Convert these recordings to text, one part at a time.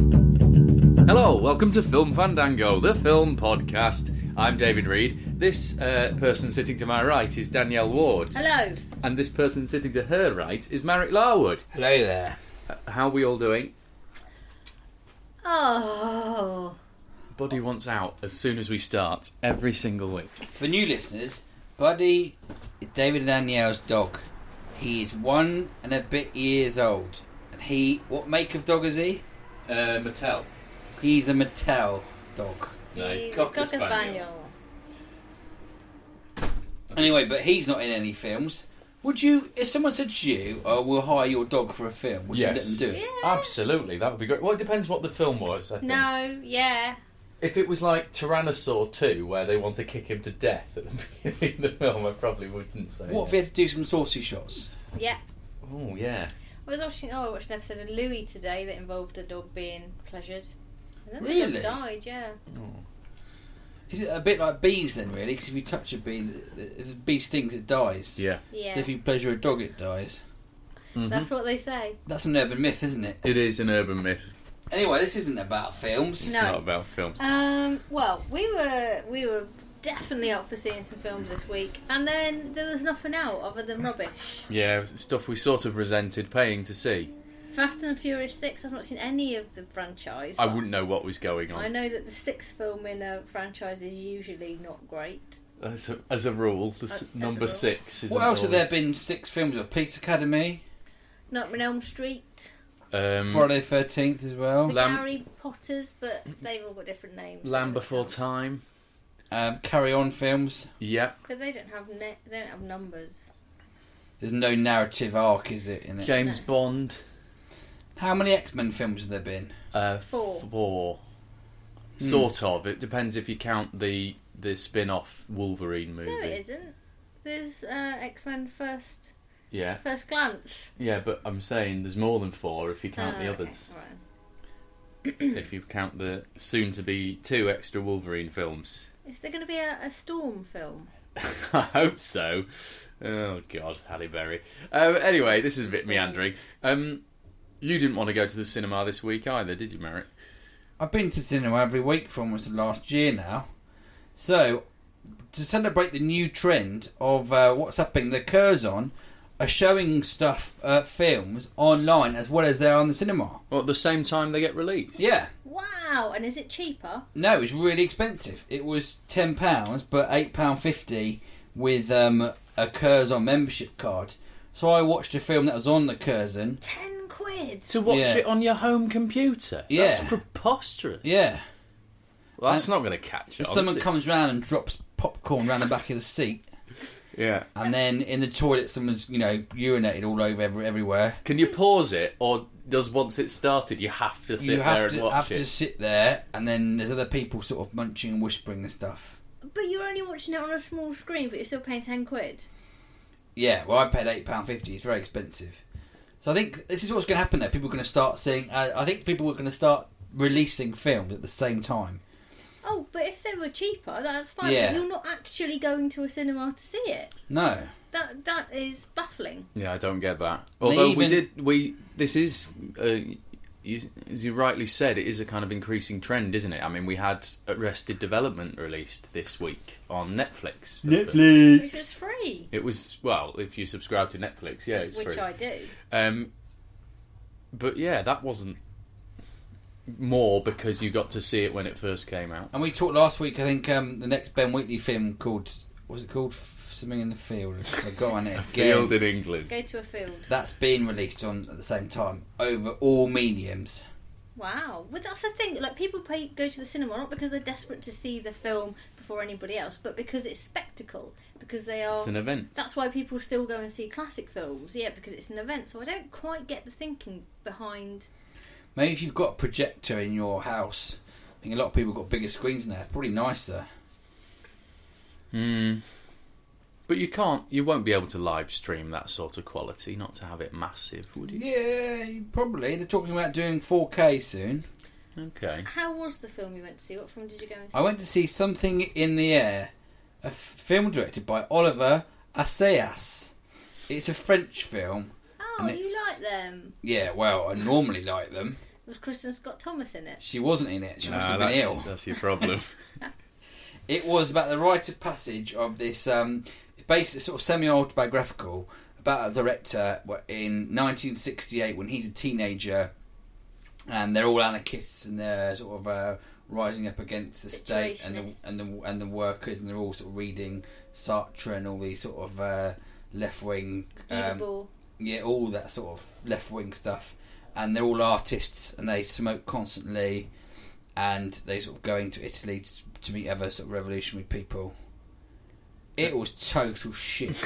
Hello, welcome to Film Fandango, the film podcast. I'm David Reed. This uh, person sitting to my right is Danielle Ward, Hello. and this person sitting to her right is Marek Larwood. Uh, Hello there. How are we all doing? Oh. Body wants out as soon as we start every single week. For new listeners, Buddy is David and Danielle's dog. He is one and a bit years old. And he, what make of dog is he? Uh, Mattel. He's a Mattel dog. Nice. He's a Cocker Cocker Spaniel. Spaniel. Anyway, but he's not in any films. Would you, if someone said to you, oh, we'll hire your dog for a film, would Yes. you let them do it? Ah. Absolutely, that would be great. Well, it depends what the film was. I think. No, yeah. If it was like Tyrannosaur 2, where they want to kick him to death at the beginning of the film, I probably wouldn't say. What if we had to do some saucy shots? Yeah. Oh, yeah. I was watching oh I watched an episode of Louis today that involved a dog being pleasured. And then the Really? dog died, yeah. Is it a bit like bees then, really? Because if you touch a bee, if a bee stings, it dies. Yeah. Yeah. So if you pleasure a dog, it dies. That's what they say. That's an urban myth, isn't it? It is an urban myth. Anyway, this isn't about films. No. Not about films. Um well, we were we were definitely up for seeing some films this week and then there was nothing out other than rubbish. Yeah, stuff we sort of resented paying to see. Fast and Furious Six, I've not seen any of the franchise. I but wouldn't know what was going I on. know that the sixth film in a franchise is usually not great. As a, as a rule, the s As- as number a rule. six is. What else have there been six films of? Peace Academy, Nightmare on Elm Street. Um, Friday Thirteenth as well, The Lamb- Harry Potters, but they've all got different names. Land Before Time. um, Carry On films. Yeah. But they don't have ne- they don't have numbers. There's no narrative arc, is it? In it? James Bond. How many X Men films have there been? Uh, Four. Four. Hmm. Sort of. It depends if you count the the spin-off Wolverine movie. No, it isn't. There's uh, X Men first Yeah. first glance. Yeah, but I'm saying there's more than four if you count Oh, the okay, others. alright. If you count the soon-to-be two extra Wolverine films. Is there going to be a, a storm film? I hope so. Oh God, Halle Berry. Um, anyway, this is a bit meandering. Um, you didn't want to go to the cinema this week either, did you, Merrick? I've been to cinema every week for almost the last year now. So, to celebrate the new trend of uh, what's happening, the Curzon are showing stuff, uh, films online as well as they are on the cinema. Well, at the same time they get released. Yeah. Wow! And is it cheaper? No, it was really expensive. It was ten pounds, but eight pound fifty with um, a Curzon membership card. So I watched a film that was on the Curzon. Ten quid. To watch Yeah. it on your home computer. Yeah. That's preposterous. Yeah, Well, that's not going to catch if on. someone is it? comes round and drops popcorn round the back of the seat, Yeah. and then in the toilet someone's you know urinated all over every, everywhere. Can you pause it, or does once it's started you have to sit you there have and to watch have it? to sit there, and then there's other people sort of munching and whispering and stuff. But you're only watching it on a small screen, but you're still paying ten quid. Yeah, well, I paid eight pound fifty. It's very expensive. So I think this is what's going to happen. There, people are going to start seeing. Uh, I think people are going to start releasing films at the same time. Oh, but if they were cheaper, that's fine. Yeah. But you're not actually going to a cinema to see it. No, That that is baffling. Yeah, I don't get that. Although we even- did, we this is uh, you, as you rightly said, it is a kind of increasing trend, isn't it? I mean, we had Arrested Development released this week on Netflix. Which was free, It was well, if you subscribe to Netflix, yeah, it's which free. I do. Um, but yeah, that wasn't more because you got to see it when it first came out. And we talked last week. I think um, the next Ben Wheatley film called was it called F- something in the field? I got on it again. Field in England. Go to a field. That's being released on at the same time over all mediums. Wow. Well, that's the thing. Like people pay, go to the cinema not because they're desperate to see the film before anybody else, but because it's spectacle. Because they are. It's an event. That's why people still go and see classic films. Yeah, because it's an event. So I don't quite get the thinking behind. Maybe if you've got a projector in your house, I think a lot of people got bigger screens now. It's probably nicer. Hmm. But you can't, you won't be able to live stream that sort of quality. Not to have it massive, would you? Yeah, probably. They're talking about doing 4K soon. Okay. How was the film you went to see? What film did you go and see? I went to see Something in the Air, a f- film directed by Oliver Assayas. It's a French film. Oh, and you it's- like them? Yeah, well, I normally like them. Was Kristen Scott Thomas in it? She wasn't in it. She must Ah, have been that's, ill. that's your problem. It was about the rite of passage of this, um, based sort of semi-autobiographical about a director wh- in 1968 when he's a teenager, and they're all anarchists and they're sort of uh, rising up against the state and the and the and the workers, and they're all sort of reading Sartre and all these sort of uh, left-wing, um, Beautiful. yeah, all that sort of left-wing stuff, and they're all artists and they smoke constantly and they sort of going to Italy to, to meet other sort of revolutionary people. It was total shit.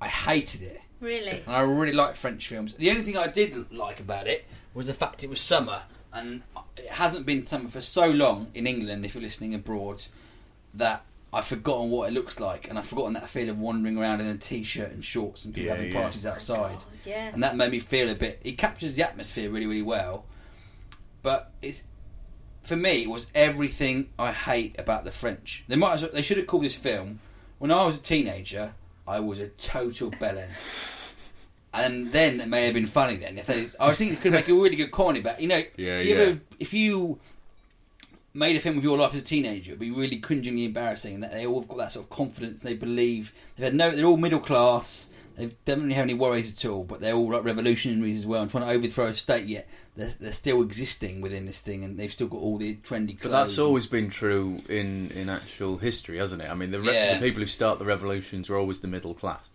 I hated it, really? and I really like French films. The only thing I did like about it was the fact it was summer, and it hasn't been summer for so long in England. If you're listening abroad, that I've forgotten what it looks like, and I've forgotten that feel of wandering around in a t-shirt and shorts and people Yeah, having yeah. parties outside Oh God, yeah. and that made me feel a bit. It captures the atmosphere really, really well. But it's for me it was everything I hate about the French. They might as well, they should have called this film. When I was a teenager, I was a total bellend. And then it may have been funny. Then if they, I was thinking it could make a really good corny. But you know, Yeah, if you yeah. ever- if you made a film of your life as a teenager, it'd be really cringingly embarrassing. And that they all have got that sort of confidence. And they believe they've had no. They're all middle class. They don't really have any worries at all. But they're all like revolutionaries as well, and trying to overthrow a state. Yet they're, they're still existing within this thing, and they've still got all the trendy. But that's clothes and- always been true in, in actual history, hasn't it? I mean, the, re- Yeah. the people who start the revolutions are always the middle class.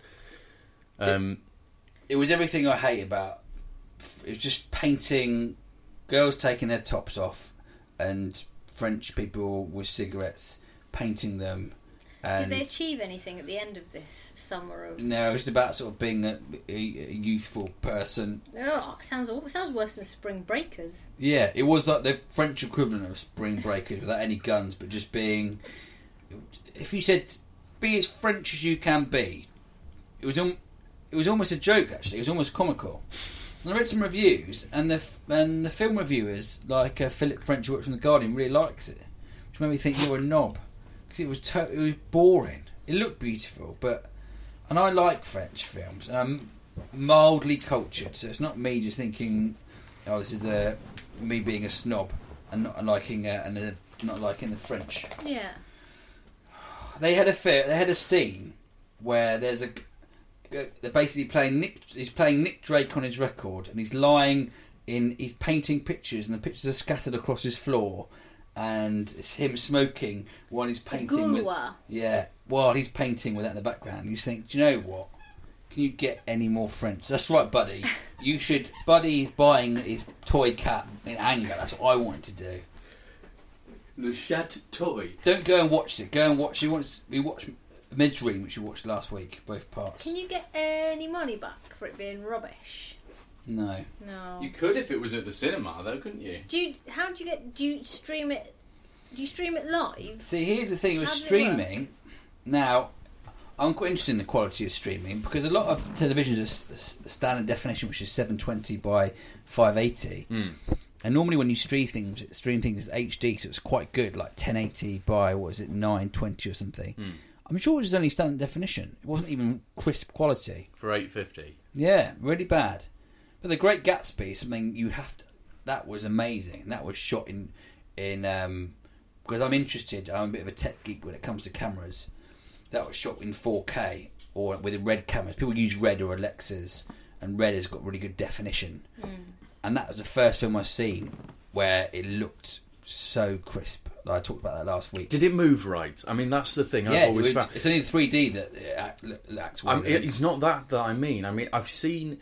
Um, it was everything I hate about. It was just painting, girls taking their tops off, and French people with cigarettes painting them. Did And they achieve anything at the end of this summer of? no, it was about sort of being a, a, a youthful person. Oh, sounds aw- sounds worse than Spring Breakers. Yeah, it was like the French equivalent of Spring Breakers without any guns, but just being. If you said, "Be as French as you can be," it was um, it was almost a joke. Actually, it was almost comical. And I read some reviews, and the f- and the film reviewers, like uh, Philip French, who works from the Guardian, really likes it, which made me think you're a knob because it was to- it was boring. It looked beautiful, but and I like French films, and I'm mildly cultured, so it's not me just thinking, oh, this is uh, me being a snob and not liking uh, and uh, not liking the French Yeah. they had a fi- they had a scene where there's a they're basically playing Nick he's playing Nick Drake on his record and he's lying in he's painting pictures and the pictures are scattered across his floor and it's him smoking while he's painting with, Gouloir. yeah while he's painting with that in the background and you think do you know what can you get any more French that's right buddy you should buddy's buying his toy cat in anger that's what I wanted to do Le Chat Toy. don't go and watch it. Go and watch. You want we watched Midstream, which you watched last week, both parts. Can you get any money back for it being rubbish? No, No. You could if it was at the cinema, though, couldn't you? do you? How do you get? Do you stream it? Do you stream it live? see, here's the thing with How does it streaming. Now, I'm quite interested in the quality of streaming because a lot of televisions are s- s- standard definition, which is 720 by 580. And normally, when you stream things, stream things it's HD, so it's quite good, like 1080 by what is it, 920 or something. I'm sure it was only standard definition. It wasn't even crisp quality. For eight fifty. Yeah, really bad. But But The Great Gatsby, is something you have to. That was amazing. That was shot in in um because I'm interested. I'm a bit of a tech geek when it comes to cameras. That was shot in 4K or with red cameras. People use red or Alexas, and red has got really good definition. And that was the first film I've seen where it looked so crisp. I talked about that last week. Did it move right? I mean, that's the thing I've yeah, always it was- found. it's only the 3D that it act- l- lacks. I'm, wavering. it's not that that I mean. I mean, I've seen,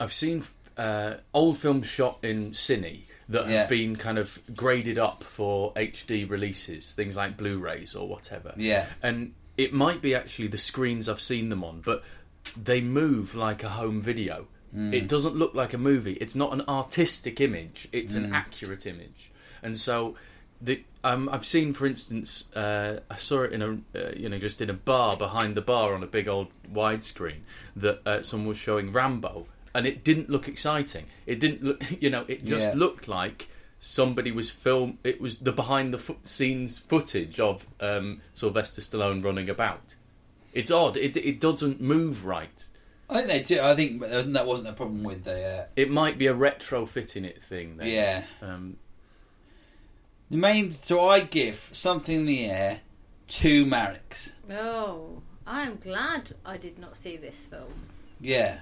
I've seen uh, old films shot in cine that Yeah. have been kind of graded up for HD releases, things like Blu-rays or whatever. Yeah. and it might be actually the screens I've seen them on, but they move like a home video. It doesn't look like a movie. It's not an artistic image. It's an accurate image, and so. The, um, I've seen, for instance, uh, I saw it in a uh, you know just in a bar behind the bar on a big old widescreen that uh, someone was showing Rambo, and it didn't look exciting. It didn't look you know it just Yeah. looked like somebody was film. It was the behind the fo- scenes footage of um, Sylvester Stallone running about. It's odd. It it doesn't move right. I think they do. I think that wasn't- that wasn't a problem with the. Uh, It might be a retrofitting it thing. Then. Yeah. Um, the main. So I give something in the air two Maricks. Oh, I am glad I did not see this film. Yeah.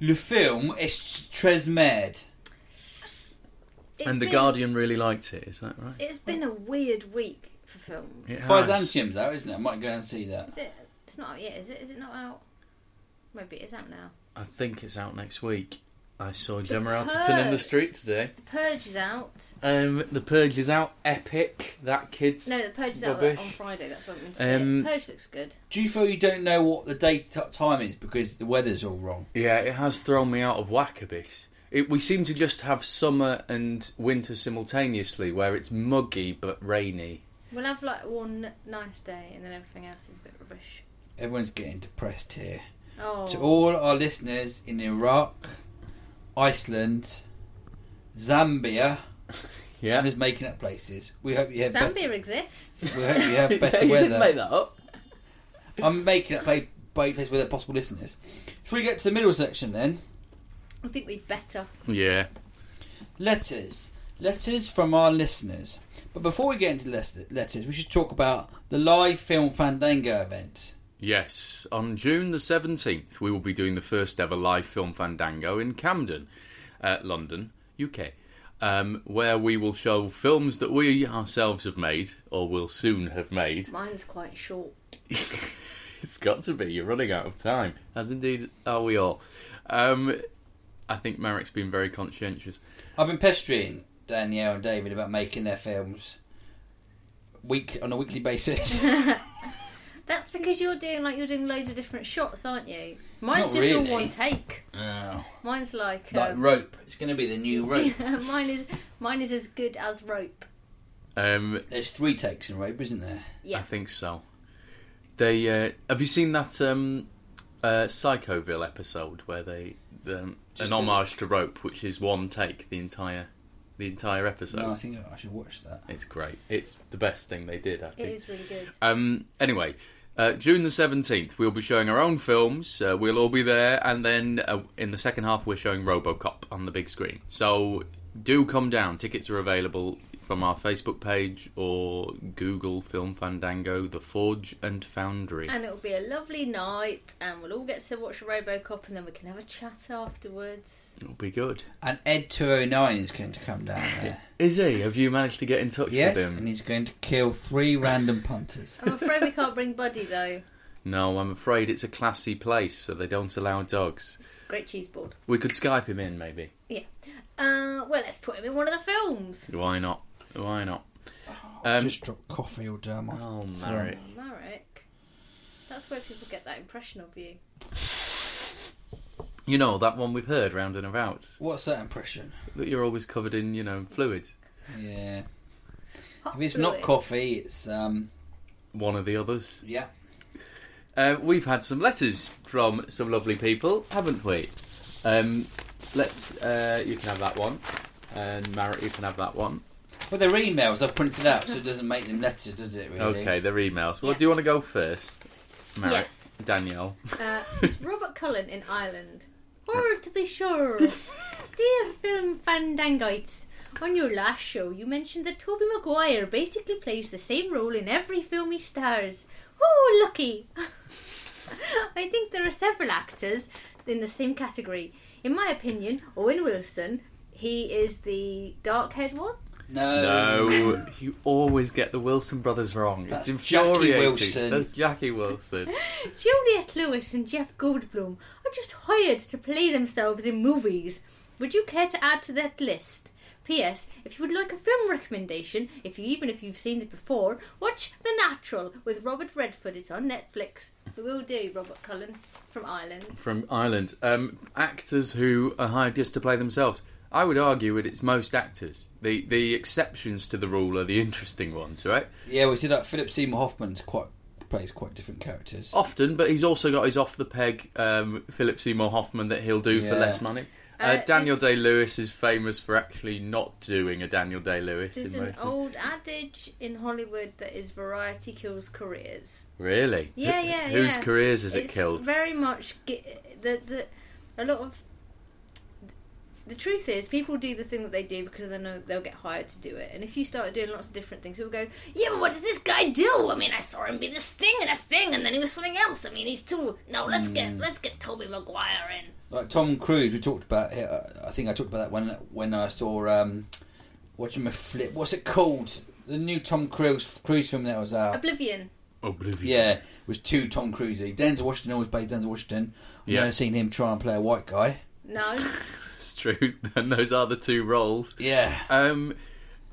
Le film est très merde. It's and the been- Guardian really liked it. Is that right? It's been a weird week for films. It has. Byzantium's out, isn't it? I might go and see that. Is it? It's not out yet, is it? Is it not out? Maybe it is out now. I think it's out next week. I saw Gemma Purge. Arterton in the street today. The Purge is out. Um, the Purge is out. Epic. That kid's No, The Purge is rubbish. out uh, on Friday. That's what I'm meant to say. Um, Purge looks good. Do you feel you don't know what the day t- time is because the weather's all wrong? Yeah, it has thrown me out of whack a bit. It, we seem to just have summer and winter simultaneously, where it's muggy but rainy. We'll have like one nice day, and then everything else is a bit rubbish. Everyone's getting depressed here. Oh, To all our listeners in Iraq, Iceland, Zambia, I'm Yeah, just making up places. We hope you have Zambia better. exists. We hope you have better weather. that up. I'm making up play play place with their possible listeners. Should we get to the middle section then? I think we'd better. Yeah, Letters, letters from our listeners. But before we get into les- letters, we should talk about the live film Fandango event. Yes, on June the 17th, we will be doing the first ever live film Fandango in Camden, uh, London, UK, um, where we will show films that we ourselves have made, or will soon have made. Mine's quite short. It's got to be, you're running out of time. As indeed are we all. Um, I think Merrick's been very conscientious. I've been pestering Danielle and David about making their films week on a weekly basis. That's because you're doing like you're doing loads of different shots, aren't you? Mine's Not just really. all one take. oh, Mine's like, like um, rope. It's going to be the new rope. mine is mine is as good as rope. Um, There's three takes in rope, isn't there? Yeah, I think so. They uh, Have you seen that um, uh, Psychoville episode where they. Um, an a- homage to Rope, which is one take the entire. The entire episode. No, I think I should watch that. It's great. It's the best thing they did, I it think. is really good. Um, anyway, uh, June the 17th, we'll be showing our own films. Uh, we'll all be there. And then uh, in the second half, we're showing Robocop on the big screen. So do come down. Tickets are available from our Facebook page or Google Film Fandango, The Forge and Foundry. And it'll be a lovely night, and we'll all get to watch RoboCop, and then we can have a chat afterwards. It'll be good. And Ed 209 is going to come down there. Is he? Have you managed to get in touch Yes, with and him? he's going to kill three random punters. I'm afraid we can't bring Buddy though. No, I'm afraid it's a classy place, so they don't allow dogs. Great cheese board. We could Skype him in, maybe. Yeah. Uh, well, let's put him in one of the films. Why not? Why not? I Um, Just dropped coffee all down my. oh, Merrick. Marek. That's where people get that impression of you. You know, that one we've heard round and about. What's that impression? That you're always covered in, you know, fluids. Yeah. Hot If it's not fluid. coffee, it's um. One of the others. Yeah. Uh, we've had some letters from some lovely people, haven't we? Um, let's. Uh, you can have that one. And Marrett, you can have that one. Well, they're emails. I've printed out, so it doesn't make them letter, does it? Really. Okay, they're emails. Well, Yeah. do you want to go first? Marrett? Yes. Danielle. Uh, Robert Cullen Uh, in Ireland. Or to be sure, dear film fandangites, on your last show you mentioned that Toby Maguire basically plays the same role in every film he stars. Oh, lucky! I think there are several actors in the same category. In my opinion, Owen Wilson, he is the dark haired one. No. No, you always get the Wilson brothers wrong. Oh. That's It's Jackie infuriating. Wilson. That's Jackie Wilson. Juliet Lewis and Jeff Goldblum are just hired to play themselves in movies. Would you care to add to that list? P.S. If you would like a film recommendation, if you even if you've seen it before, watch The Natural with Robert Redford. It's on Netflix. We will do Robert Cullen from Ireland. from Ireland. Um, actors who are hired just to play themselves. I would argue that it's most actors. The the exceptions to the rule are the interesting ones, right? Yeah, we see that Philip Seymour Hoffman's quite plays quite different characters. Often, but he's also got his off the peg um, Philip Seymour Hoffman that he'll do Yeah. for less money. Uh, Uh, Daniel there's- Day Lewis is famous for actually not doing a Daniel Day Lewis. There's in an most of- old adage in Hollywood that is variety kills careers. Really? Yeah, Who- yeah, Whose yeah. careers has It's it killed? Very much ge- the the a lot of the truth is people do the thing that they do because they know they'll get hired to do it. And if you start doing lots of different things, people go, "Yeah, but what does this guy do? I mean, I saw him be this thing and a thing, and then he was something else. I mean, he's too no. Let's Hmm. get let's get Toby Maguire in." Like Tom Cruise, we talked about. here, I think I talked about that when when I saw um, watching my flip. What's it called? The new Tom Cruise Cruise film that was out. Oblivion. Oblivion. Yeah, it was two Tom Cruisey. Denzel Washington always plays Denzel Washington. I've Yeah. never seen him try and play a white guy. No, It's true. and those are the two roles. Yeah, Um,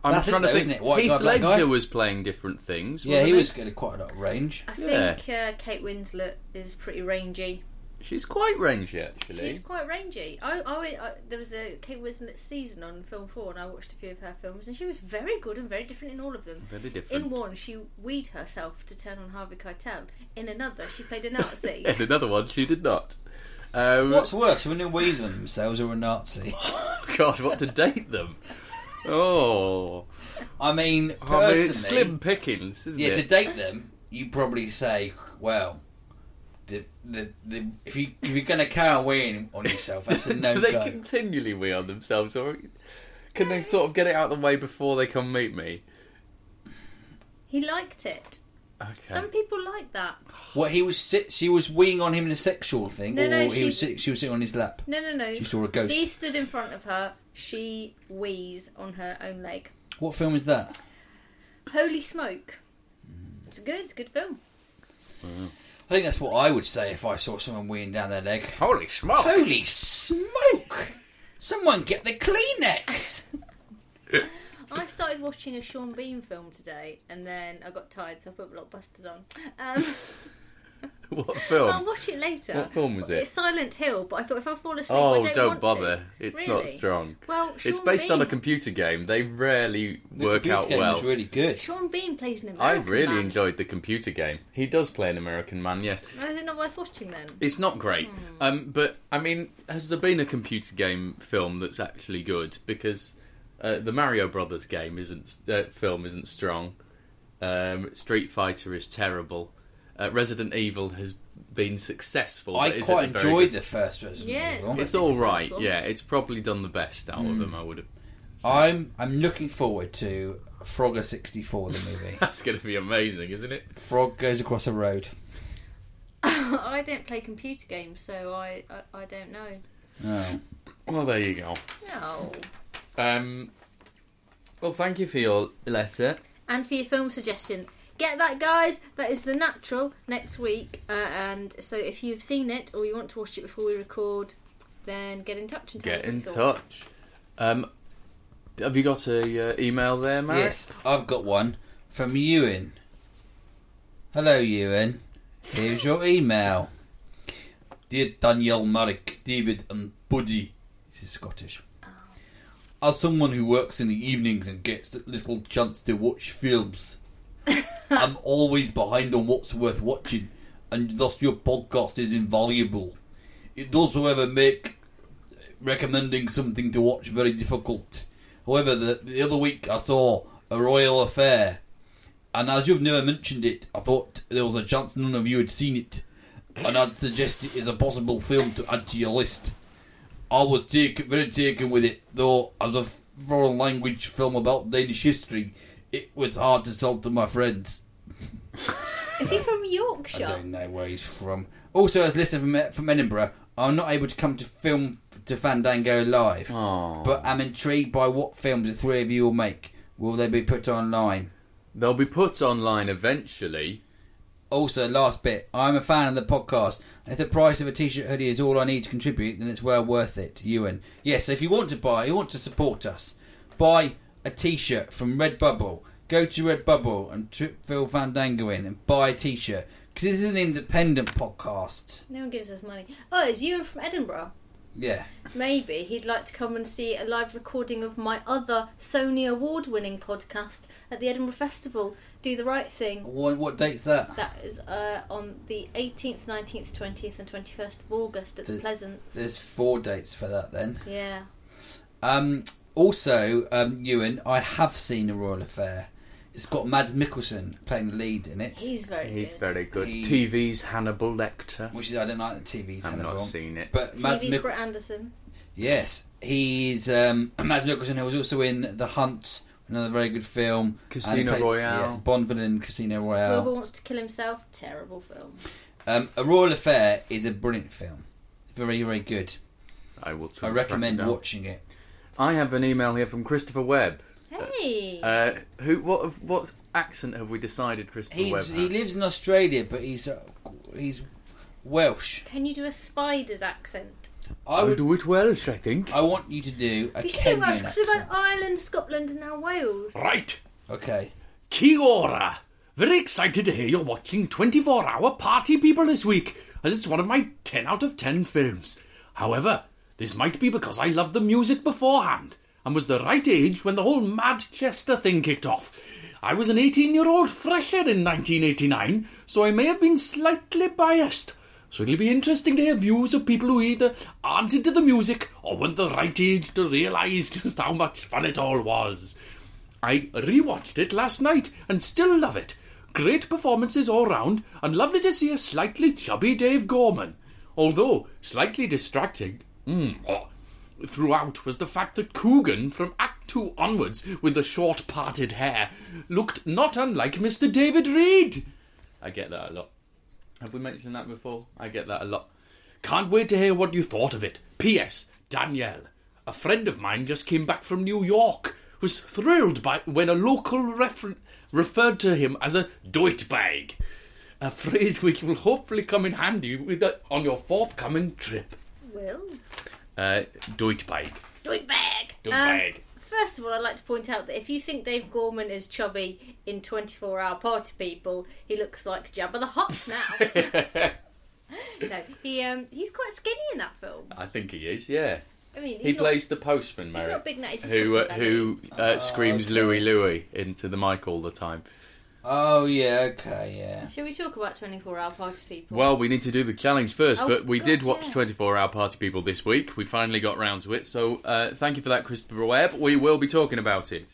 I'm That's it trying though, to think. isn't it? White Heath guy, black Ledger guy? was playing different things. yeah, he wasn't was getting quite a lot of range. I Yeah. think uh, Kate Winslet is pretty rangy. She's quite rangy, actually. She's quite rangy. I, I, I there was a Kate Winslet season on Film Four, and I watched a few of her films, and she was very good and very different in all of them. Very different. In one, she weed herself to turn on Harvey Keitel. In another, she played a Nazi. And another one, she did not. Um, What's worse, when they're wheezing themselves or a Nazi? God, what to date them? Oh, I mean, I personally, mean, it's slim pickings, isn't yeah, it? to date them, you probably say, well, the, the, the, if you if you're going to carry weighing on yourself, that's a no Do they go. continually wee on themselves, or can they sort of get it out of the way before they come meet me? he liked it. Okay. Some people like that. What he was, sit, she was weeing on him in a sexual thing, No, or no, he was she- sit, she was sitting on his lap. No, no, no. She saw a ghost. He stood in front of her. She wheezed on her own leg. What film is that? Holy smoke! Mm. It's good. It's a good film. I think that's what I would say if I saw someone weeing down their leg. Holy smoke! Holy smoke! Someone get the Kleenex. I started watching a Sean Bean film today, and then I got tired, so I put Blockbusters on. Um, What I'll film? watch it later. What film was it? It's Silent Hill, but I thought if I fall asleep, I Oh, don't, don't, want bother. to. It's Really? not strong. Well, it's Sean based on a Bean- computer game. They rarely The work computer out game well. was really good. Sean Bean plays an I American really man. enjoyed the computer game. He does play an American man, yes. Oh, Is it not worth watching then? It's not great. Um, but I mean, has there been a computer game film that's actually good? Because uh, the Mario Brothers game isn't uh, film isn't strong. Um, Street Fighter is terrible. Uh, Resident Evil has been successful. but I isn't quite very enjoyed good- the first Resident Yeah, it's Evil. Hmm. quite- It's all right. Successful. Yeah, it's probably done the best out of them. I would have. I'm I'm looking forward to Frogger sixty four the movie. That's going to be amazing, isn't it? Frog goes across a road. I don't play computer games, so I I, I don't know. Oh. Well, there you go. No. Um, well, thank you for your letter. And for your film suggestion, get that, guys. That is The Natural next week. Uh, and so if you've seen it or you want to watch it before we record, then get in touch and tell Get us what in you thought. touch. Um, have you got a uh, email there, Maris? Yes, I've got one from Ewan. Hello, Ewan. Here's your email. Dear Daniel, Marek, David, and Buddy. This is Scottish. As someone who works in the evenings and gets little chance to watch films, I'm always behind on what's worth watching, and thus your podcast is invaluable. It does, however, make recommending something to watch very difficult. However, the, the other week I saw A Royal Affair, and as you've never mentioned it, I thought there was a chance none of you had seen it, and I'd suggest it is a possible film to add to your list. I was taken, very taken with it, though, as a foreign language film about Danish history, it was hard to sell to my friends. Is he from I Yorkshire? don't know where he's from. Also, as listed from, E- from Edinburgh, I'm not able to come to film to Fandango live, Aw. but I'm intrigued by what films the three of you will make. Will they be put online? They'll be put online eventually. Also, last bit, I'm a fan of the podcast, and if the price of a t-shirt hoodie is all I need to contribute, then it's well worth it, Ewan. Yes, if you want to buy, you want to support us, buy a t-shirt from Redbubble. Go to Redbubble and trip Phil Fandango in and buy a t-shirt, because this is an independent podcast. No one gives us money. Oh, it's Ewan from Edinburgh. Yeah. Maybe he'd like to come and see a live recording of my other Sony award winning podcast at the Edinburgh Festival, Do the Right Thing. What, what date's that? That is uh, on the 18th, 19th, 20th, and 21st of August at the, The- Pleasance. There's four dates for that then. Yeah. Um, also, um, Ewan, I have seen The Royal Affair. It's got Mads Mikkelsen playing the lead in it. He's very He's good. very good. He- TV's Hannibal Lecter. which is I don't like the TV's I've Hannibal. not seen it. But Mads TV's Mik- Brett Anderson. yes, he's um, Mads Mikkelsen, who was also in The Hunt, another very good film. Casino And he Royale. Yes, Bond villain in Casino Wilbur Royale. Wants to Kill Himself. Terrible film. Um, A Royal Affair is a brilliant film. Very, very good. I will. I recommend watching. watching it. I have an email here from Christopher Webb. Hey! Uh, who? What? What accent have we decided Christopher Webb? He's, he has? lives in Australia, but he's uh, he's Welsh. Can you do a spider's accent? I would. do it Welsh, I think. I want you to do a You should do Kenyan Welsh because about accent. Ireland, Scotland, and now Wales. Right. Okay. Kiora. Very excited to hear you're watching 24 Hour Party People this week, as it's one of my 10 out of 10 films. However, this might be because I loved the music beforehand and was the right age when the whole Madchester thing kicked off. I was an 18 year old fresher in 1989, so I may have been slightly biased. So it'll be interesting to hear views of people who either aren't into the music or weren't the right age to realise just how much fun it all was. I rewatched it last night and still love it. Great performances all round, and lovely to see a slightly chubby Dave Gorman. Although slightly distracting mm, oh, throughout was the fact that Coogan, from Act 2 onwards, with the short parted hair, looked not unlike Mr. David Reed. I get that a lot. Have we mentioned that before? I get that a lot. Can't wait to hear what you thought of it. P.S. Danielle, a friend of mine just came back from New York, was thrilled by when a local refer- referred to him as a bag, a phrase which will hopefully come in handy with the, on your forthcoming trip. Will? Uh, Deutbag. Do it back! Do it Um, back. First of all, I'd like to point out that if you think Dave Gorman is chubby in 24 Hour Party People, he looks like Jabba the Hutt now. no, he um, he's quite skinny in that film. I think he is, yeah. I mean, he's He not- plays the postman, Mary. not big now, he's who just uh, who uh, screams Louie Louie into the mic all the time. Oh yeah. Okay. Yeah. Shall we talk about 24 Hour Party People? Well, we need to do the challenge first, Oh, but we God, did watch yeah. 24 Hour Party People this week. We finally got round to it, so uh, thank you for that, Christopher Webb. We will be talking about it.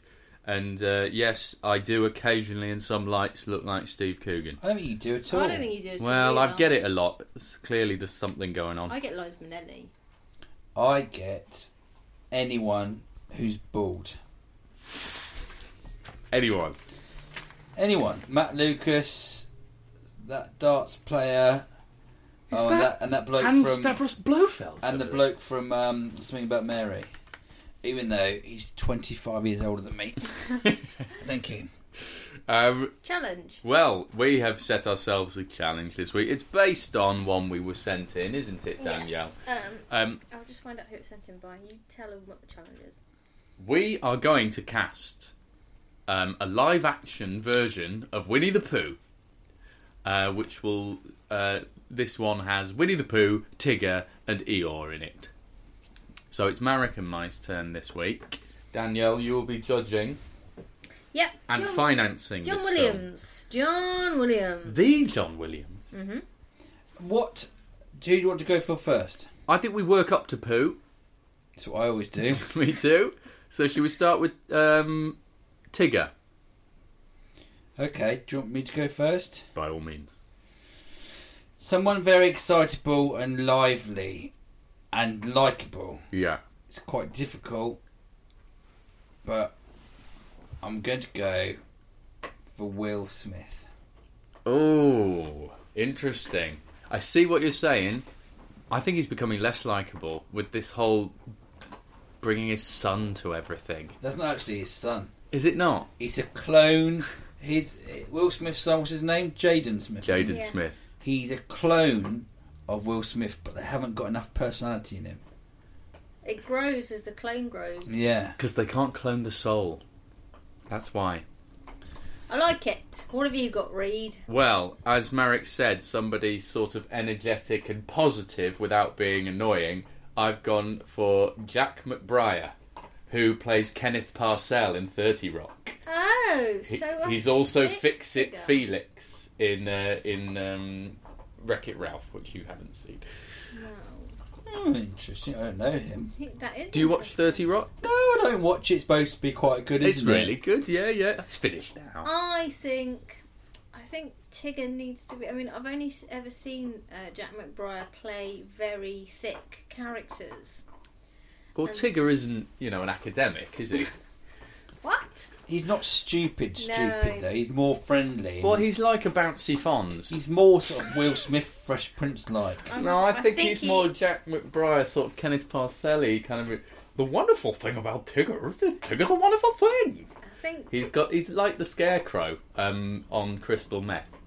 And uh, yes, I do occasionally in some lights look like Steve Coogan. I don't think you do at all. I don't think you do. it Well, really I get it a lot. It's clearly, there's something going on. I get Liz Minnelli. I get anyone who's bald. Anyone? Anyone. Matt Lucas, that darts player, oh, and, that, that and that bloke and from Stavros Blofeld. and the bloke from um, something about Mary. Even though he's 25 years older than me. Thank you. Um, Challenge. well, we have set ourselves a challenge this week. It's based on one we were sent in, isn't it, Danielle? Yes. Um, Um, I'll just find out who it's sent in by. You tell them what the challenge is. We are going to cast um, a live action version of Winnie the Pooh, uh, which will. Uh, this one has Winnie the Pooh, Tigger, and Eeyore in it. So it's Marek and my's turn this week. Danielle, you will be judging Yep. and John, financing John this film. Williams. Mm. John Williams. The John Williams. What do you want to go for first? I think we work up to Pooh. That's what I always do. Me too. So should we start with um, Tigger? Okay, do you want me to go first? By all means. Someone very excitable and lively and likable. Yeah. It's quite difficult, but I'm going to go for Will Smith. Oh, interesting. I see what you're saying. I think he's becoming less likable with this whole bringing his son to everything. That's not actually his son. Is it not? He's a clone. His Will Smith's son was his name, Jaden Smith. Jaden Yeah. Smith. He's a clone of Will Smith, but they haven't got enough personality in him. It grows as the clone grows. Yeah, Because they can't clone the soul. That's why. I like it. What have you got, Reed? Well, as Marek said, somebody sort of energetic and positive without being annoying. I've gone for Jack McBriar, who plays Kenneth Parcell in 30 Rock. Oh, He- so I he's also fixed Fix It the guy. Felix in uh, in um, Wreck It Ralph, which you haven't seen. Hmm, interesting. I don't know him. That is Do you watch Thirty Rock? No, I don't watch it. It's supposed to be quite good, It's isn't it? really good. Yeah, yeah. It's finished now. I think, I think Tigger needs to be. I mean, I've only s- ever seen uh, Jack McBriar play very thick characters. Well, Tigger isn't you know an academic, is he? What? He's not stupid, No. stupid though. He's more friendly. Well, he's like a bouncy Fonz. he's more sort of Will Smith, Fresh Prince like. I'm- No, I think he's he- more Jack McBride, sort of Kenneth Parcelli, kind of. The wonderful thing about Tigger is that Tigger's a wonderful thing. I think He's got. He's like the Scarecrow um, on Crystal Meth.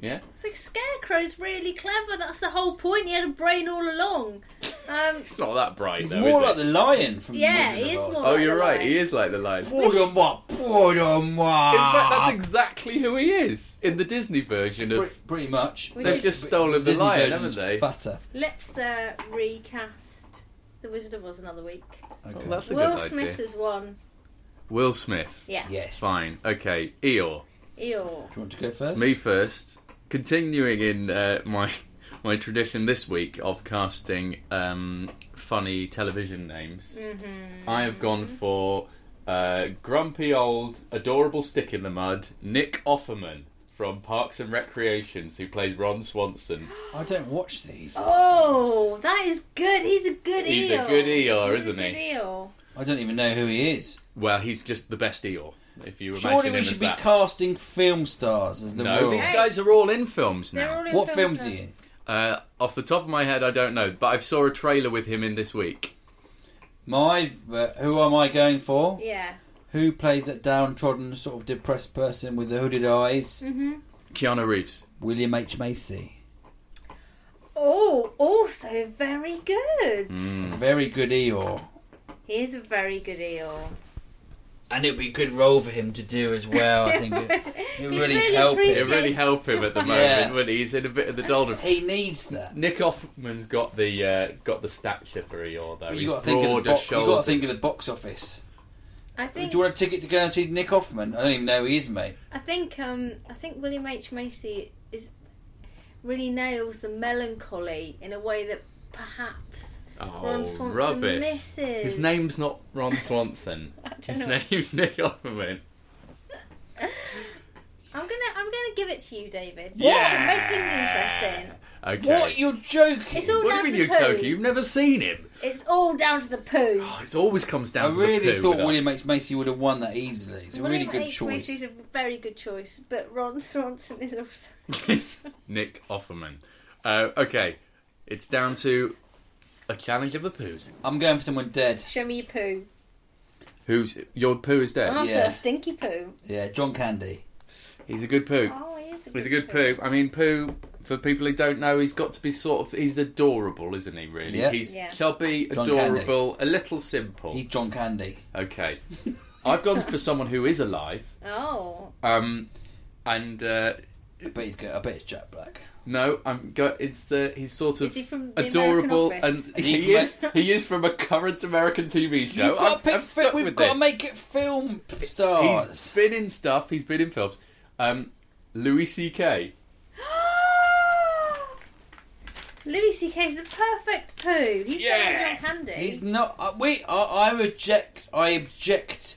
Yeah. the scarecrow's really clever. That's the whole point. He had a brain all along. Um, It's not that bright He's though. more is like it? the lion from Yeah, Wizard of he is Oz. more- Oh, like you're the right. lion. He is like the lion. Boy, on what? Boy, on what? In fact, that's exactly who he is in the Disney version of. Pre- pretty much. We They've should- just stolen the Disney lion, haven't version's they? Fatter. let's uh, recast The Wizard of Oz another week. Okay. That's a Will good Smith idea. is one. Will Smith. Yeah. yes. Fine. Okay. Eeyore. Eeyore. Do you want to go first? Me first. Continuing in uh, my my tradition this week of casting um, funny television names, Mm-hmm. I have gone for uh, grumpy old adorable stick in the mud Nick Offerman from Parks and Recreations, who plays Ron Swanson. I don't watch these. Oh, that is good. He's a good He's Eeyore. a good Eeyore, He's a isn't good he? Eeyore. I don't even know who he is. Well, he's just the best Eeyore. If you imagine Surely him we as should be that. casting film stars as the No, rule. these guys are all in films They're now. all in What films are now. you in? Uh, off the top of my head, I don't know, but I saw a trailer with him in this week. My, uh, who am I going for? Yeah. Who plays that downtrodden, sort of depressed person with the hooded eyes? Mm-hmm. Keanu Reeves. William H Macy. Oh, also very good. Hmm. Mm. Very good Eeyore. He is a very good Eeyore. And it'd be a good role for him to do as well. I think it, it He's really really help free. It him. really helped him at the moment, Yeah. wouldn't he? He's in a bit of the doldrum. He needs that. Nick Offerman's got the uh, got the stature for Eeyore though. You He's got to think of the broader box. You got to shouldered. think of the box office. I Do think you want a ticket to go and see Nick Offman? I don't even know who he is, mate. I think um I think William H Macy is really nails the melancholy in a way that perhaps Ron Oh, Swanson rubbish! misses. His name's not Ron Swanson. His know. name's Nick Offerman. I'm gonna I'm gonna give it to you, David. Yeah. To make things interesting. Okay. What? You're joking. It's all What down do you to mean the you're poo. joking? You've never seen him. It's all down to the poo. Oh, it always comes down. I to the really poo thought with us. William H Macy would have won that easily. It's a really William good H. choice. Macy's a very good choice, but Ron Swanson is also Nick Offerman. Uh, okay, it's down to a challenge of the poos. I'm going for someone dead. show me your poo. Who's your poo is dead? Oh, so Uh, Yeah. a stinky poo. Yeah, John Candy. He's a good poo. Oh, he is a good He's a good poo. poo. I mean, poo. For people who don't know, he's got to be sort of he's adorable, isn't he? Really, Yeah. he's Yeah. chubby, John adorable, a little simple. He's John Candy. Okay, I've gone for someone who is alive. Oh, Um, and uh, I bet, he's go- I bet it's Jack Black. no, I'm go- it's uh, he's sort of Is he from the adorable, American Office? and Is he he from is he is from a current American TV show. You've got I'm- to pick I'm fi- stuck we've with got to this. make it film He's stars. been in stuff. He's been in films. Um, Louis C.K. Louis C.K. is the perfect poo. He's Yeah. yeah. John Candy. He's not. Uh, we. I, I reject. I object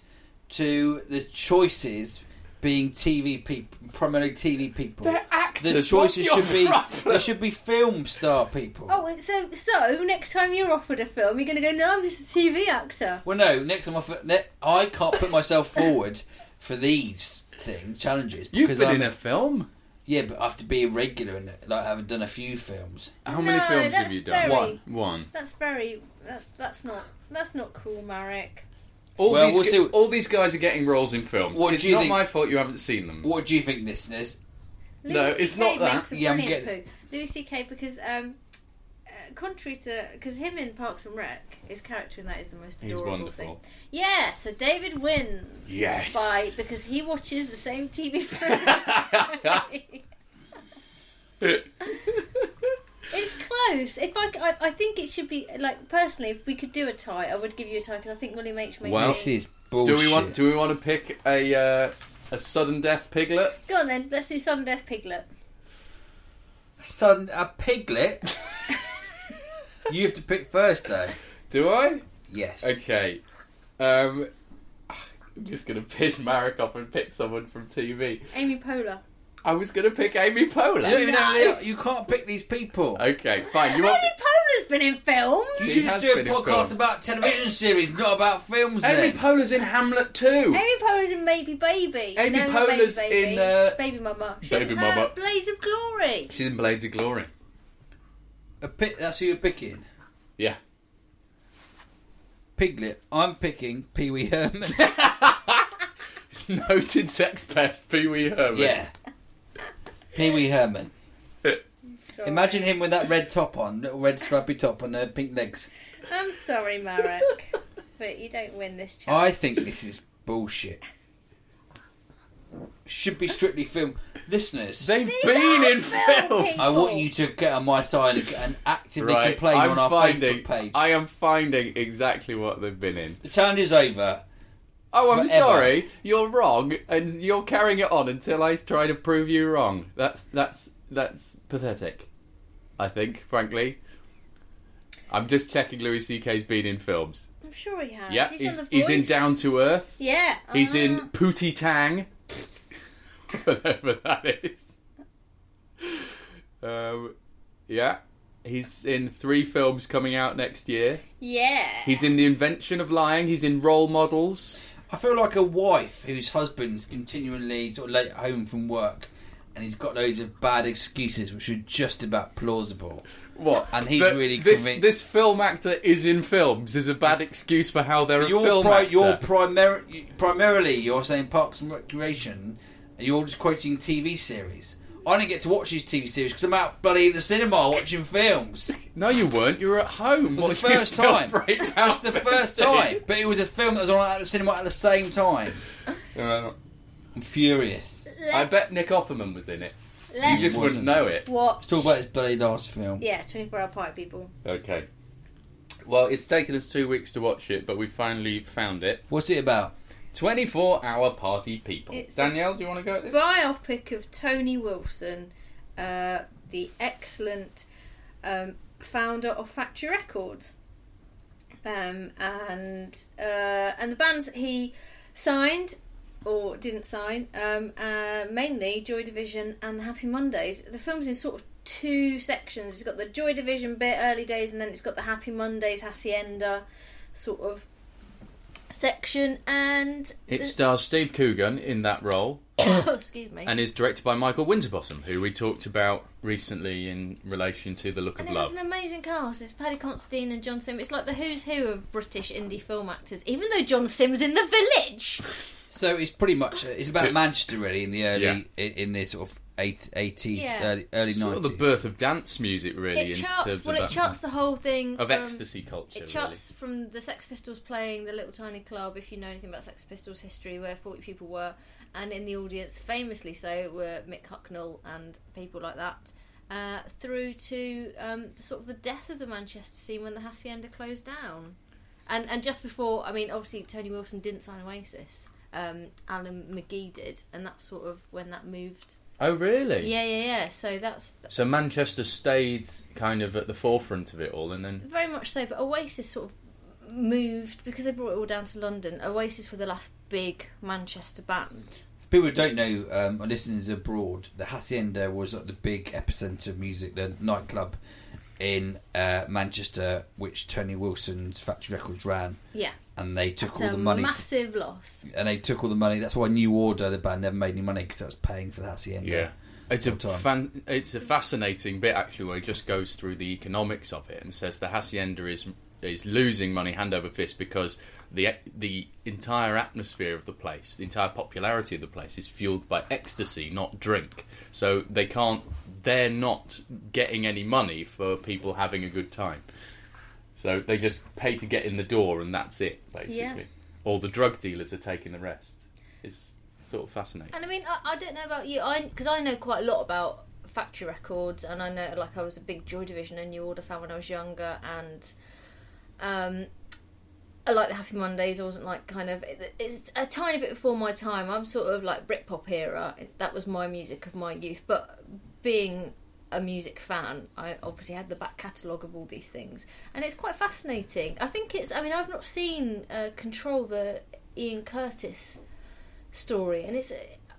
to the choices being TV people, primarily TV people. They're actors. The choices What's your should be problem? they should be film star people. Oh, so so next time you're offered a film, you're going to go, no, I'm just a TV actor. Well, no. Next time I f- ne- I can't put myself forward for these things challenges You've because been I'm, in a film. yeah, but I have to be a regular and like I haven't done a few films. How many No, films have that's you done? very- One. One. That's very that's that's not that's not cool, Marek. All, Well, these we'll gu- see- all these guys are getting roles in films. What do it's you not think- my fault you haven't seen them. What do you think, listeners? Louis No, C.K. it's not that. Makes a Yeah, I'm brilliant getting- poo. Louis C.K. because um, uh, contrary to because him in Parks and Rec, his character in that is the most He's adorable wonderful. thing. Yeah, so David wins. Yes. by because he watches the same TV program. It's close. If I, c- I- I think it should be like personally, if we could do a tie, I would give you a tie because I think William H makes Well, it. This is bullshit. do we want? Do we want to pick a uh, a sudden death piglet? Go on then. Let's do sudden death piglet. Son, a piglet. you have to pick first, though. Do I? Yes. Okay. Um, I'm just gonna piss Marek off and pick someone from TV. Amy Poehler. I was gonna pick Amy You don't Poehler. even know who they are. You can't pick these people. Okay, fine. You want? Amy Poehler's been in films. You She should just has do a been in podcast films. about television series, not about films. Amy then. Poehler's in Hamlet too. Amy Poehler's in Maybe Baby. Amy no, not Poehler's Baby Baby. in, uh, Baby Mama. She's Baby in, Mama. Uh, Blades of Glory. She's in Blades of Glory. A pi- that's who you're picking. Yeah. Piglet. I'm picking Pee Wee Herman. Noted sex pest Pee Wee Herman. yeah. Pee Wee Herman. Sorry. Imagine him with that red top on, little red stripy top and uh, pink legs. I'm sorry, Marek, but you don't win this I Oh, challenge. think this is bullshit. Should be strictly film. Listeners, They've been in film film. I want you to get on my side and- and actively complain on our Facebook page. I am finding exactly what they've been in. The challenge is over. Oh, I'm Forever. sorry. You're wrong, and you're carrying it on until I try to prove you wrong. That's that's that's pathetic. I think, frankly. I'm just checking Louis C.K.'s been in films. I'm sure he has. Yeah, he's, he's, on the he's in Voice. Down to Earth. Yeah. He's in uh-huh. Pootie Tang. Whatever that is. Um, yeah. He's in three films coming out next year. Yeah. He's in The Invention of Lying. He's in Role Models. I feel like a wife whose husband's continually sort of late home from work and he's got loads of bad excuses which are just about plausible. What? And he's But really this, convinced- this film actor is in films is a bad excuse for how they're a You're, film pri- actor. you're primar- primarily you're saying Parks and Recreation and you're just quoting TV series. I didn't get to watch these TV series because I'm out bloody in the cinema watching films. No, you weren't. You were at home. It was the watching first film time. for eight That's the first time. But it was a film that was on at the cinema at the same time. Uh, I'm furious. I bet Nick Offerman was in it. Let You just wouldn't Wasn't. know it. watch. Let's talk about his bloody last film. Yeah, 24 hour party people. Okay. Well, it's taken us two weeks to watch it, but we finally found it. What's it about? 24 Hour Party People. It's- Danielle, do you want to go at this? Biopic of Tony Wilson, uh, the excellent um, founder of Factory Records. Um, and uh, and the bands that he signed or didn't sign, um, uh, mainly Joy Division and the Happy Mondays. The film's in sort of two sections. It's got the Joy Division bit, early days, and then it's got the Happy Mondays, Hacienda sort of section. And It stars Steve Coogan in that role excuse me. and is directed by Michael Winterbottom, who we talked about recently in relation to The Look And of it Love. has an amazing cast. It's Paddy Considine and John Sim. It's like the who's who of British indie film actors, even though John Sim's in the village. So it's pretty much it's about Manchester really in the early Yeah. in, in the sort of eight, 80s, Yeah. early early sort of nineties. the birth of dance music, really. It in charts terms well of it that- charts the whole thing of from- ecstasy culture. It charts from the Sex Pistols playing the Little Tiny Club, if you know anything about Sex Pistols history, where forty people were, and in the audience, famously so, were Mick Hucknall and people like that. Uh, through to um, sort of the death of the Manchester scene when the hacienda closed down, and and just before, I mean, obviously Tony Wilson didn't sign Oasis, um, Alan McGee did, and that's sort of when that moved. really. Oh, really? Yeah, yeah, yeah. So that's So Manchester stayed kind of at the forefront of it all, and then Very much so, but Oasis sort of moved because they brought it all down to London. Oasis were the last big Manchester band. people who don't know, um, our listeners abroad, the Hacienda was like the big epicenter of music, the nightclub in uh, Manchester, which Tony Wilson's Factory Records ran, Yeah. and they took It's all a the money. massive loss. and they took all the money. That's why New Order, the band, never made any money because that was paying for the hacienda. It's a All time. fan, it's a fascinating bit actually where it just goes through the economics of it and says the hacienda is is losing money hand over fist because the the entire atmosphere of the place, the entire popularity of the place is fueled by ecstasy, not drink. So they can't they're not getting any money for people having a good time. So they just pay to get in the door and that's it basically. Yeah. Or the drug dealers are taking the rest. It's sort of fascinating. And I mean, I, I don't know about you, I because I know quite a lot about factory records, and I know like I was a big Joy Division and New Order fan when I was younger, and um, I like the Happy Mondays. I wasn't like kind of it- it's a tiny bit before my time. I'm sort of like Britpop era. That was my music of my youth, but being a music fan, I obviously had the back catalogue of all these things, and it's quite fascinating. I think it's. I mean, I've not seen uh, Control the Ian Curtis story, and it's.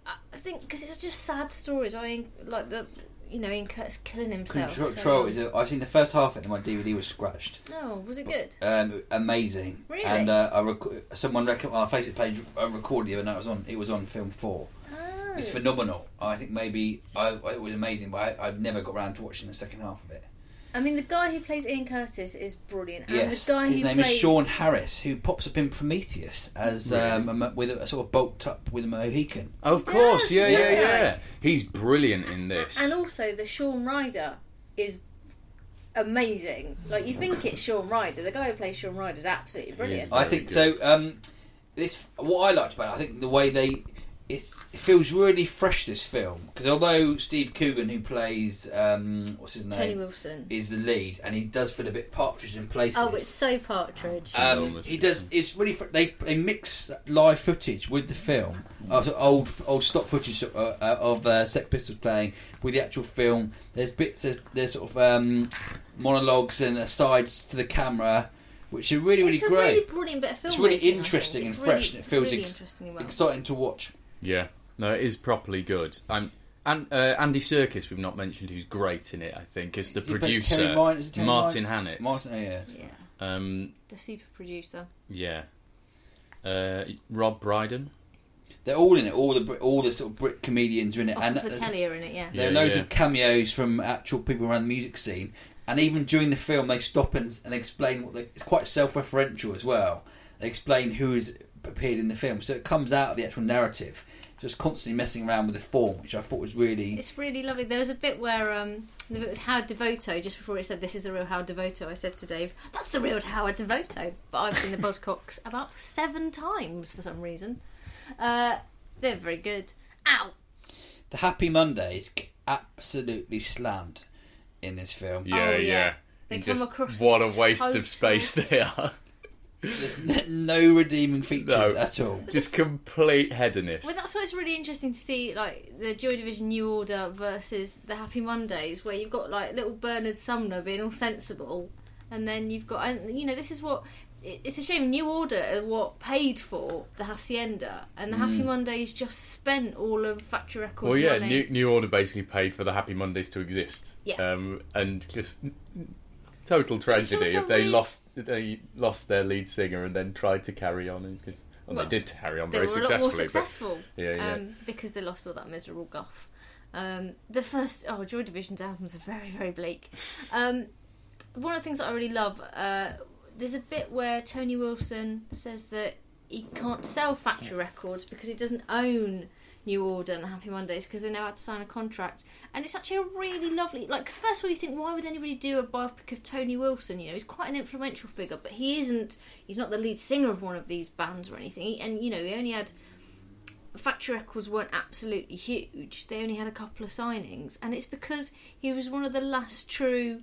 I I think because it's just sad stories. I mean, like the you know Ian Curtis killing himself. Control, so- Control is. A, I've seen the first half of it, and my DVD was scratched. Oh, was it good? Um, amazing. Really? And uh, I rec- someone rec- on our Facebook page I uh, recorded it, and it was on. It was on film four. Oh. It's phenomenal. I think maybe I, it was amazing, but I, I've never got around to watching the second half of it. I mean, the guy who plays Ian Curtis is brilliant, and yes, the guy his who name plays is Sean Harris, who pops up in Prometheus as um, a, mo- with a, sort of bulked up with a Mohican. Of He course, does, yeah, doesn't yeah, he? yeah. He's brilliant in this. And also, the Sean Ryder is amazing. Like, you think it's Sean Ryder. The guy who plays Sean Ryder is absolutely brilliant. Very I think good. so. Um, this what I liked about it. I think the way they it's, it feels really fresh. This film because although Steve Coogan, who plays um, what's his name, Tony Wilson. is the lead, and he does feel a bit partridge in places. Oh, it's so partridge. um, Enormous, he does. It's really fr- they they mix live footage with the film of the old old stock footage of, uh, uh, of uh, Sex Pistols playing with the actual film. There's bits. There's, there's sort of um, monologues and asides to the camera, which are really really it's a great. really brilliant bit of film. It's really interesting and fresh, and it feels really ex- interesting and well. exciting to watch. yeah, no, it is properly good. I'm. And uh, Andy Serkis, we've not mentioned, who's great in it. I think is the Is it Terry producer, Ryan- is it Terry Martin Ryan? Hannett. Martin, oh, yeah. yeah, Um, the super producer. yeah, uh, Rob Brydon. They're all in it. All the Brit- all the sort of Brit comedians are in it, Oh, and the there's- telly are in it, yeah. there are Yeah, loads yeah. of cameos from actual people around the music scene. And even during the film, they stop and, and explain what they. It's quite self-referential as well. They explain who has appeared in the film, so it comes out of the actual narrative. Just constantly messing around with the form, which I thought was really. It's really lovely. There was a bit where um, the bit with Howard Devoto, just before it said this is the real Howard Devoto, I said to Dave, "That's the real Howard Devoto." But I've seen the Buzzcocks about seven times for some reason. Uh, they're very good. Ow! The Happy Mondays get absolutely slammed in this film. Yeah, yeah. yeah. They And come across what as a waste total- of space they are. There's no redeeming features No. at all. Just complete hedonism. Well, that's why it's really interesting to see like the Joy Division New Order versus the Happy Mondays, where you've got like little Bernard Sumner being all sensible, and then you've got and you know this is what it- it's a shame New Order are what paid for the hacienda, and the Happy Mondays just spent all of Factory Records. Mm. Well, yeah, money. New, New Order basically paid for the Happy Mondays to exist. Yeah. Um, and just total tragedy also if they really- lost they lost their lead singer and then tried to carry on. And just, well, Well, they did carry on they very were a lot more successfully. but- successful yeah, yeah. Um, because they lost all that miserable guff. Um, the first oh Joy Division's albums are very very bleak. Um, one of the things that I really love uh, there's a bit where Tony Wilson says that he can't sell Factory Records because he doesn't own New Order and the Happy Mondays because they never had to sign a contract. And it's actually a really lovely, like, 'cause first of all, you think, why would anybody do a biopic of Tony Wilson? You know, he's quite an influential figure, but he isn't, he's not the lead singer of one of these bands or anything. He, and, you know, he only had Factory Records weren't absolutely huge. They only had a couple of signings, and it's because he was one of the last true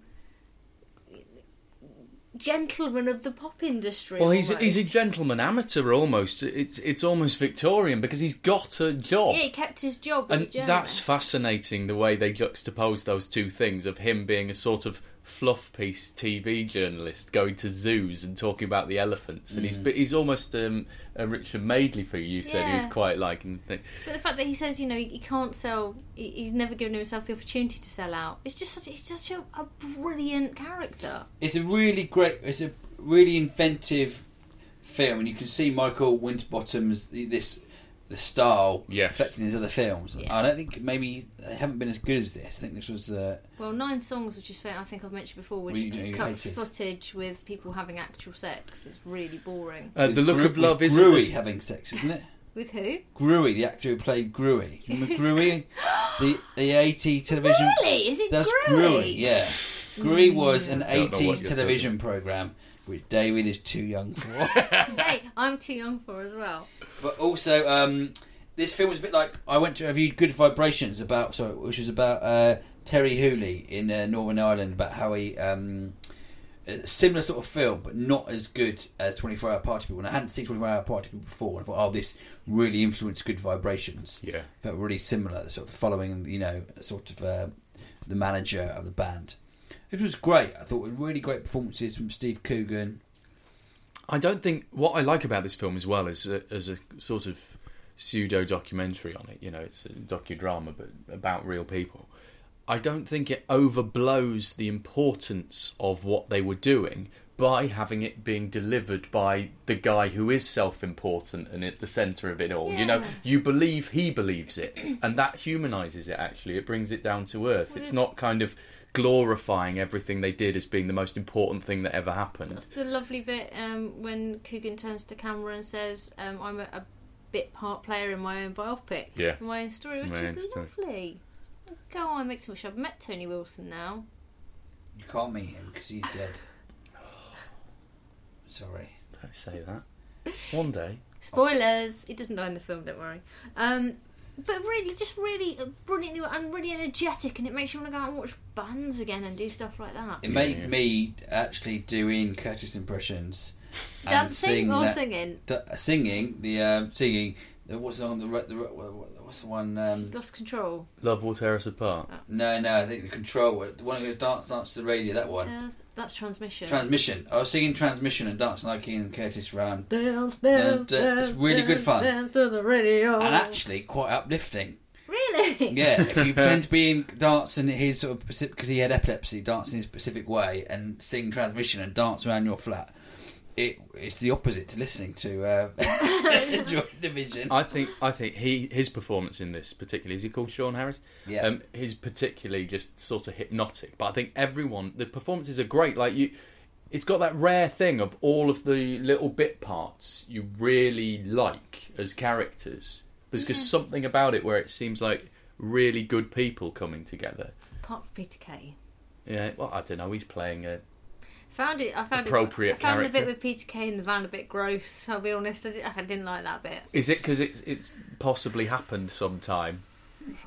gentlemen of the pop industry. Well, he's, almost. he's a gentleman amateur almost. It's, it's almost Victorian because he's got a job. yeah, he kept his job as and a journalist. that's fascinating the way they juxtapose those two things of him being a sort of fluff piece TV journalist going to zoos and talking about the elephants, and he's he's almost um, a Richard Madeley thing. You said he was Yeah. quite like. And thi- But the fact that he says, you know, he can't sell, he- he's never given himself the opportunity to sell out. It's just such, it's such a, a brilliant character. It's a really great. It's a really inventive film, and you can see Michael Winterbottom's the- this the style Yes. affecting his other films. Yeah. I don't think maybe they haven't been as good as this. I think this was uh, the Well, Nine Songs, which is fair, I think I've mentioned before, which Well, you know, you cuts hated. footage with people having actual sex. It's really boring. Uh, with the look Gru- of love with is Gruy having sex, isn't it? With who? Gruy, the actor who played Gruy. Do you remember Gruy? The the eighty television. Really? Is it That's Gruy? Gruy. Yeah, Gruy was an don't know what eighty you're television program, which David is too young for. hey, I'm too young for as well. But also, um, this film was a bit like I went to review Good Vibrations about, sorry, which was about uh, Terry Hooley in uh, Northern Ireland about how he um, a similar sort of film, but not as good as Twenty Four Hour Party People. And I hadn't seen Twenty Four Hour Party People before, and I thought, oh, this really influenced Good Vibrations. Yeah. felt really similar, sort of following, you know, sort of uh, the manager of the band. It was great. I thought really great performances from Steve Coogan. I don't think what I like about this film as well is a, as a sort of pseudo documentary on it. You know, it's a docudrama but about real people. I don't think it overblows the importance of what they were doing by having it being delivered by the guy who is self-important and at the center of it all. You know, Yeah. you believe he believes it, and that humanizes it. Actually, it brings it down to earth. it's not kind of glorifying everything they did as being the most important thing that ever happened. That's the lovely bit um, when Coogan turns to camera and says, um, I'm a, a bit part player in my own biopic, Yeah. in my own story, which My own is story. lovely. Go on, makes me wish I've met Tony Wilson now. You can't meet him because he's dead. Sorry. Don't say that. One day. Spoilers! It doesn't die in the film, don't worry. Um, but really, just really brilliantly and really energetic, and it makes you want to go out and watch bands again and do stuff like that. It made me actually doing Curtis impressions. and Dancing sing or that- singing? d- uh, singing the um, singing. The, what's on the, re- the re- what- what- what's the one? Um, She's lost control. Love will tear us apart. no, no, I think the control. uh, The one who goes dance, dance to the radio. That one. Uh, that's transmission. Transmission. I was singing transmission and dancing like Ian Curtis round, dance, dance, it's really good fun. Dance to the radio. and actually quite uplifting. really? Yeah, if you tend to be in dancing his sort of Pacific, because he had epilepsy, dancing his Pacific way and sing transmission and dance around your flat, it it's the opposite to listening to uh, Joy Division. I think I think he his performance in this particularly is he called Sean Harris? Yeah. Um, he's particularly just sort of hypnotic. But I think everyone the performances are great. Like you, it's got that rare thing of all of the little bit parts you really like as characters. There's just something about it where it seems like really good people coming together. Apart from Peter Kay. Yeah. Well, I don't know. He's playing a Found it. I found Appropriate It, I found the character. bit with Peter Kay in the van a bit gross. I'll be honest. I, did, I didn't like that bit. Is it because it, it's possibly happened sometime?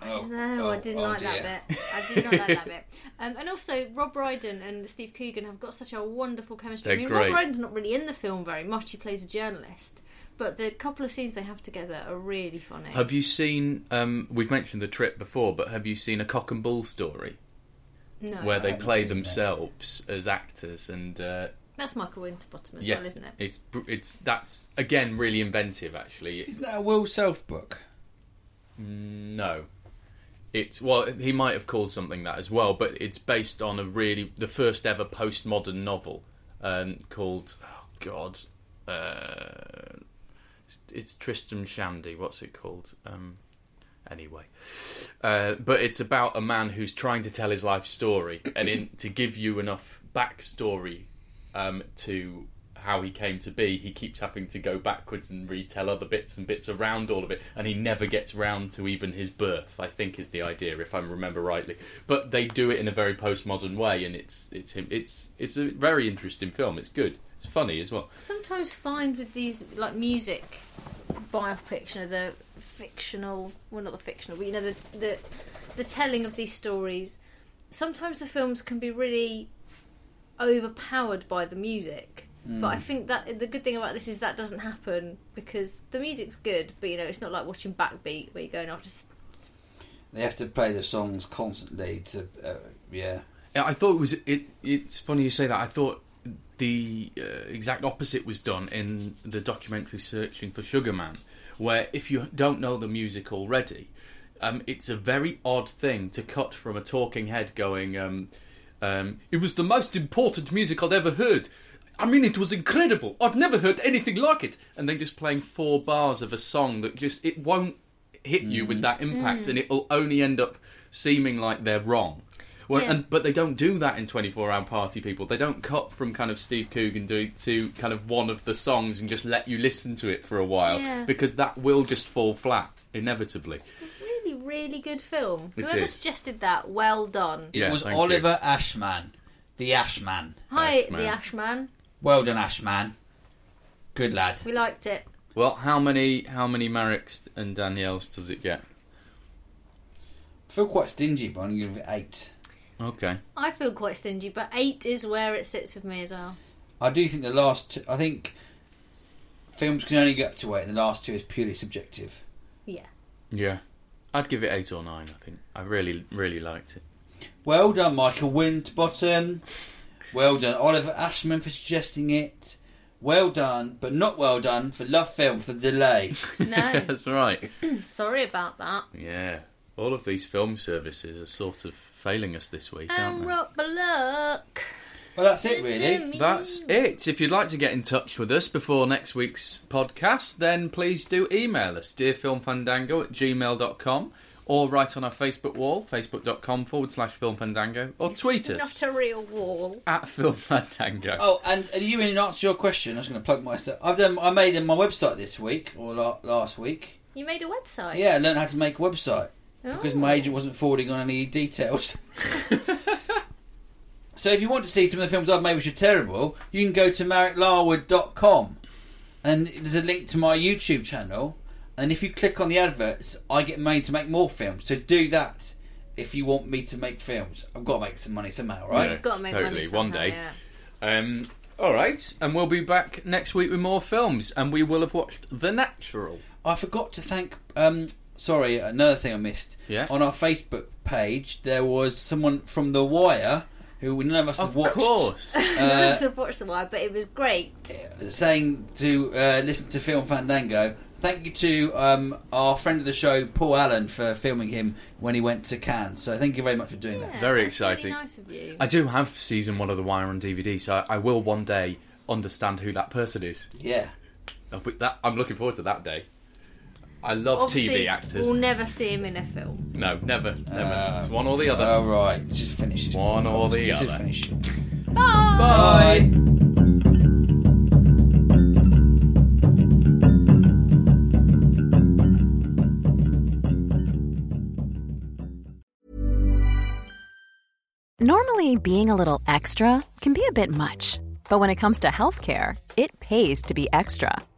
Oh, No, I oh, didn't oh like dear. that bit. I did not like that bit. Um, and also, Rob Brydon and Steve Coogan have got such a wonderful chemistry. They're I mean, great. Rob Brydon's not really in the film very much. He plays a journalist, but the couple of scenes they have together are really funny. Have you seen? Um, we've mentioned the trip before, but have you seen a cock and bull story no, where they haven't play seen that. themselves as actors? And uh, that's Michael Winterbottom as yeah, well, isn't it? it's br- it's that's again really inventive. Actually, It- Isn't that a Will Self book? no, it's well he might have called something that as well, but it's based on a really the first ever postmodern novel um, called oh God, uh, it's, it's Tristram Shandy. What's it called? Um, anyway. Uh, but it's about a man who's trying to tell his life story and in, to give you enough backstory um, to how he came to be he keeps having to go backwards and retell other bits and bits around all of it and he never gets round to even his birth i think is the idea if i remember rightly but they do it in a very postmodern way and it's it's him it's it's a very interesting film it's good it's funny as well Sometimes find with these like music biopics, you know, the fictional well not the fictional, but you know the the the telling of these stories. Sometimes the films can be really overpowered by the music. But Mm. I think that the good thing about this is that doesn't happen because the music's good, but you know, it's not like watching Backbeat where you're going, I'll just They have to play the songs constantly to, uh, yeah. I thought it was. It, it's funny you say that. I thought the uh, exact opposite was done in the documentary "Searching for Sugar Man," where if you don't know the music already, um, it's a very odd thing to cut from a talking head going. Um, um, it was the most important music I'd ever heard. I mean, it was incredible. I've never heard anything like it. And then just playing four bars of a song that just it won't hit you with that impact, and it'll only end up seeming like they're wrong. Well, Yeah. and, but they don't do that in 24 hour party people. They don't cut from kind of Steve Coogan do, to kind of one of the songs and just let you listen to it for a while Yeah. because that will just fall flat inevitably. Really, really good film. It Whoever is. suggested that, well done. It Yeah, was thank you. Oliver Ashman, the Ashman. Hi, Ashman. the Ashman. Well done, Ashman. Good lad. We liked it. Well, how many how many Maricks and Daniels does it get? I feel quite stingy, but I'm going to give it eight. Okay. I feel quite stingy, but eight is where it sits with me as well. I do think the last. Two, I think films can only get up to eight. The last two is purely subjective. Yeah. Yeah. I'd give it 8 or 9, I think. I really really liked it. Well done, Michael Winterbottom. Well done, Oliver Ashman, for suggesting it. Well done, but not well done for Love Film for the delay. No, That's right. sorry about that. Yeah. All of these film services are sort of failing us this week, aren't And they? Rob Bullock. Well, that's it, really. That's it. If you'd like to get in touch with us before next week's podcast, then please do email us, dearfilmfandango at gmail.com, or write on our Facebook wall, facebook.com forward slash filmfandango, or tweet us Not a real wall. at filmfandango. Oh, and are you in answer to your question? I was going to plug myself. I've done. I made my website this week or la- last week. You made a website. Yeah, I learned how to make a website. because my Oh. agent wasn't forwarding on any details. so if you want to see some of the films I've made which are terrible, you can go to marricklarwood.com and there's a link to my YouTube channel. And if you click on the adverts, I get made to make more films. So do that if you want me to make films. I've got to make some money somehow, right? Yeah. Got to make Totally, money one somehow, day. yeah. Um, all right, and we'll be back next week with more films, and we will have watched The Natural. I forgot to thank. Um, sorry, another thing I missed. Yeah. On our Facebook page, there was someone from The Wire who none of us have Of watched. course. Uh, I must have watched the wire, but it was great. saying to uh, listen to Film Fandango. Thank you to um, our friend of the show, Paul Allen, for filming him when he went to Cannes. So thank you very much for doing Yeah, that. Very that's really exciting. nice of you. I do have season one of The Wire on DVD, so I, I will one day understand who that person is. Yeah. Oh, but that, I'm looking forward to that day. I love Obviously, TV actors. We'll never see him in a film. No, never, never. it's one or the other. All right. Let's just finish uh, this. One or the Let's just other. finish. Bye. Bye. Normally, being a little extra can be a bit much, but when it comes to healthcare, it pays to be extra.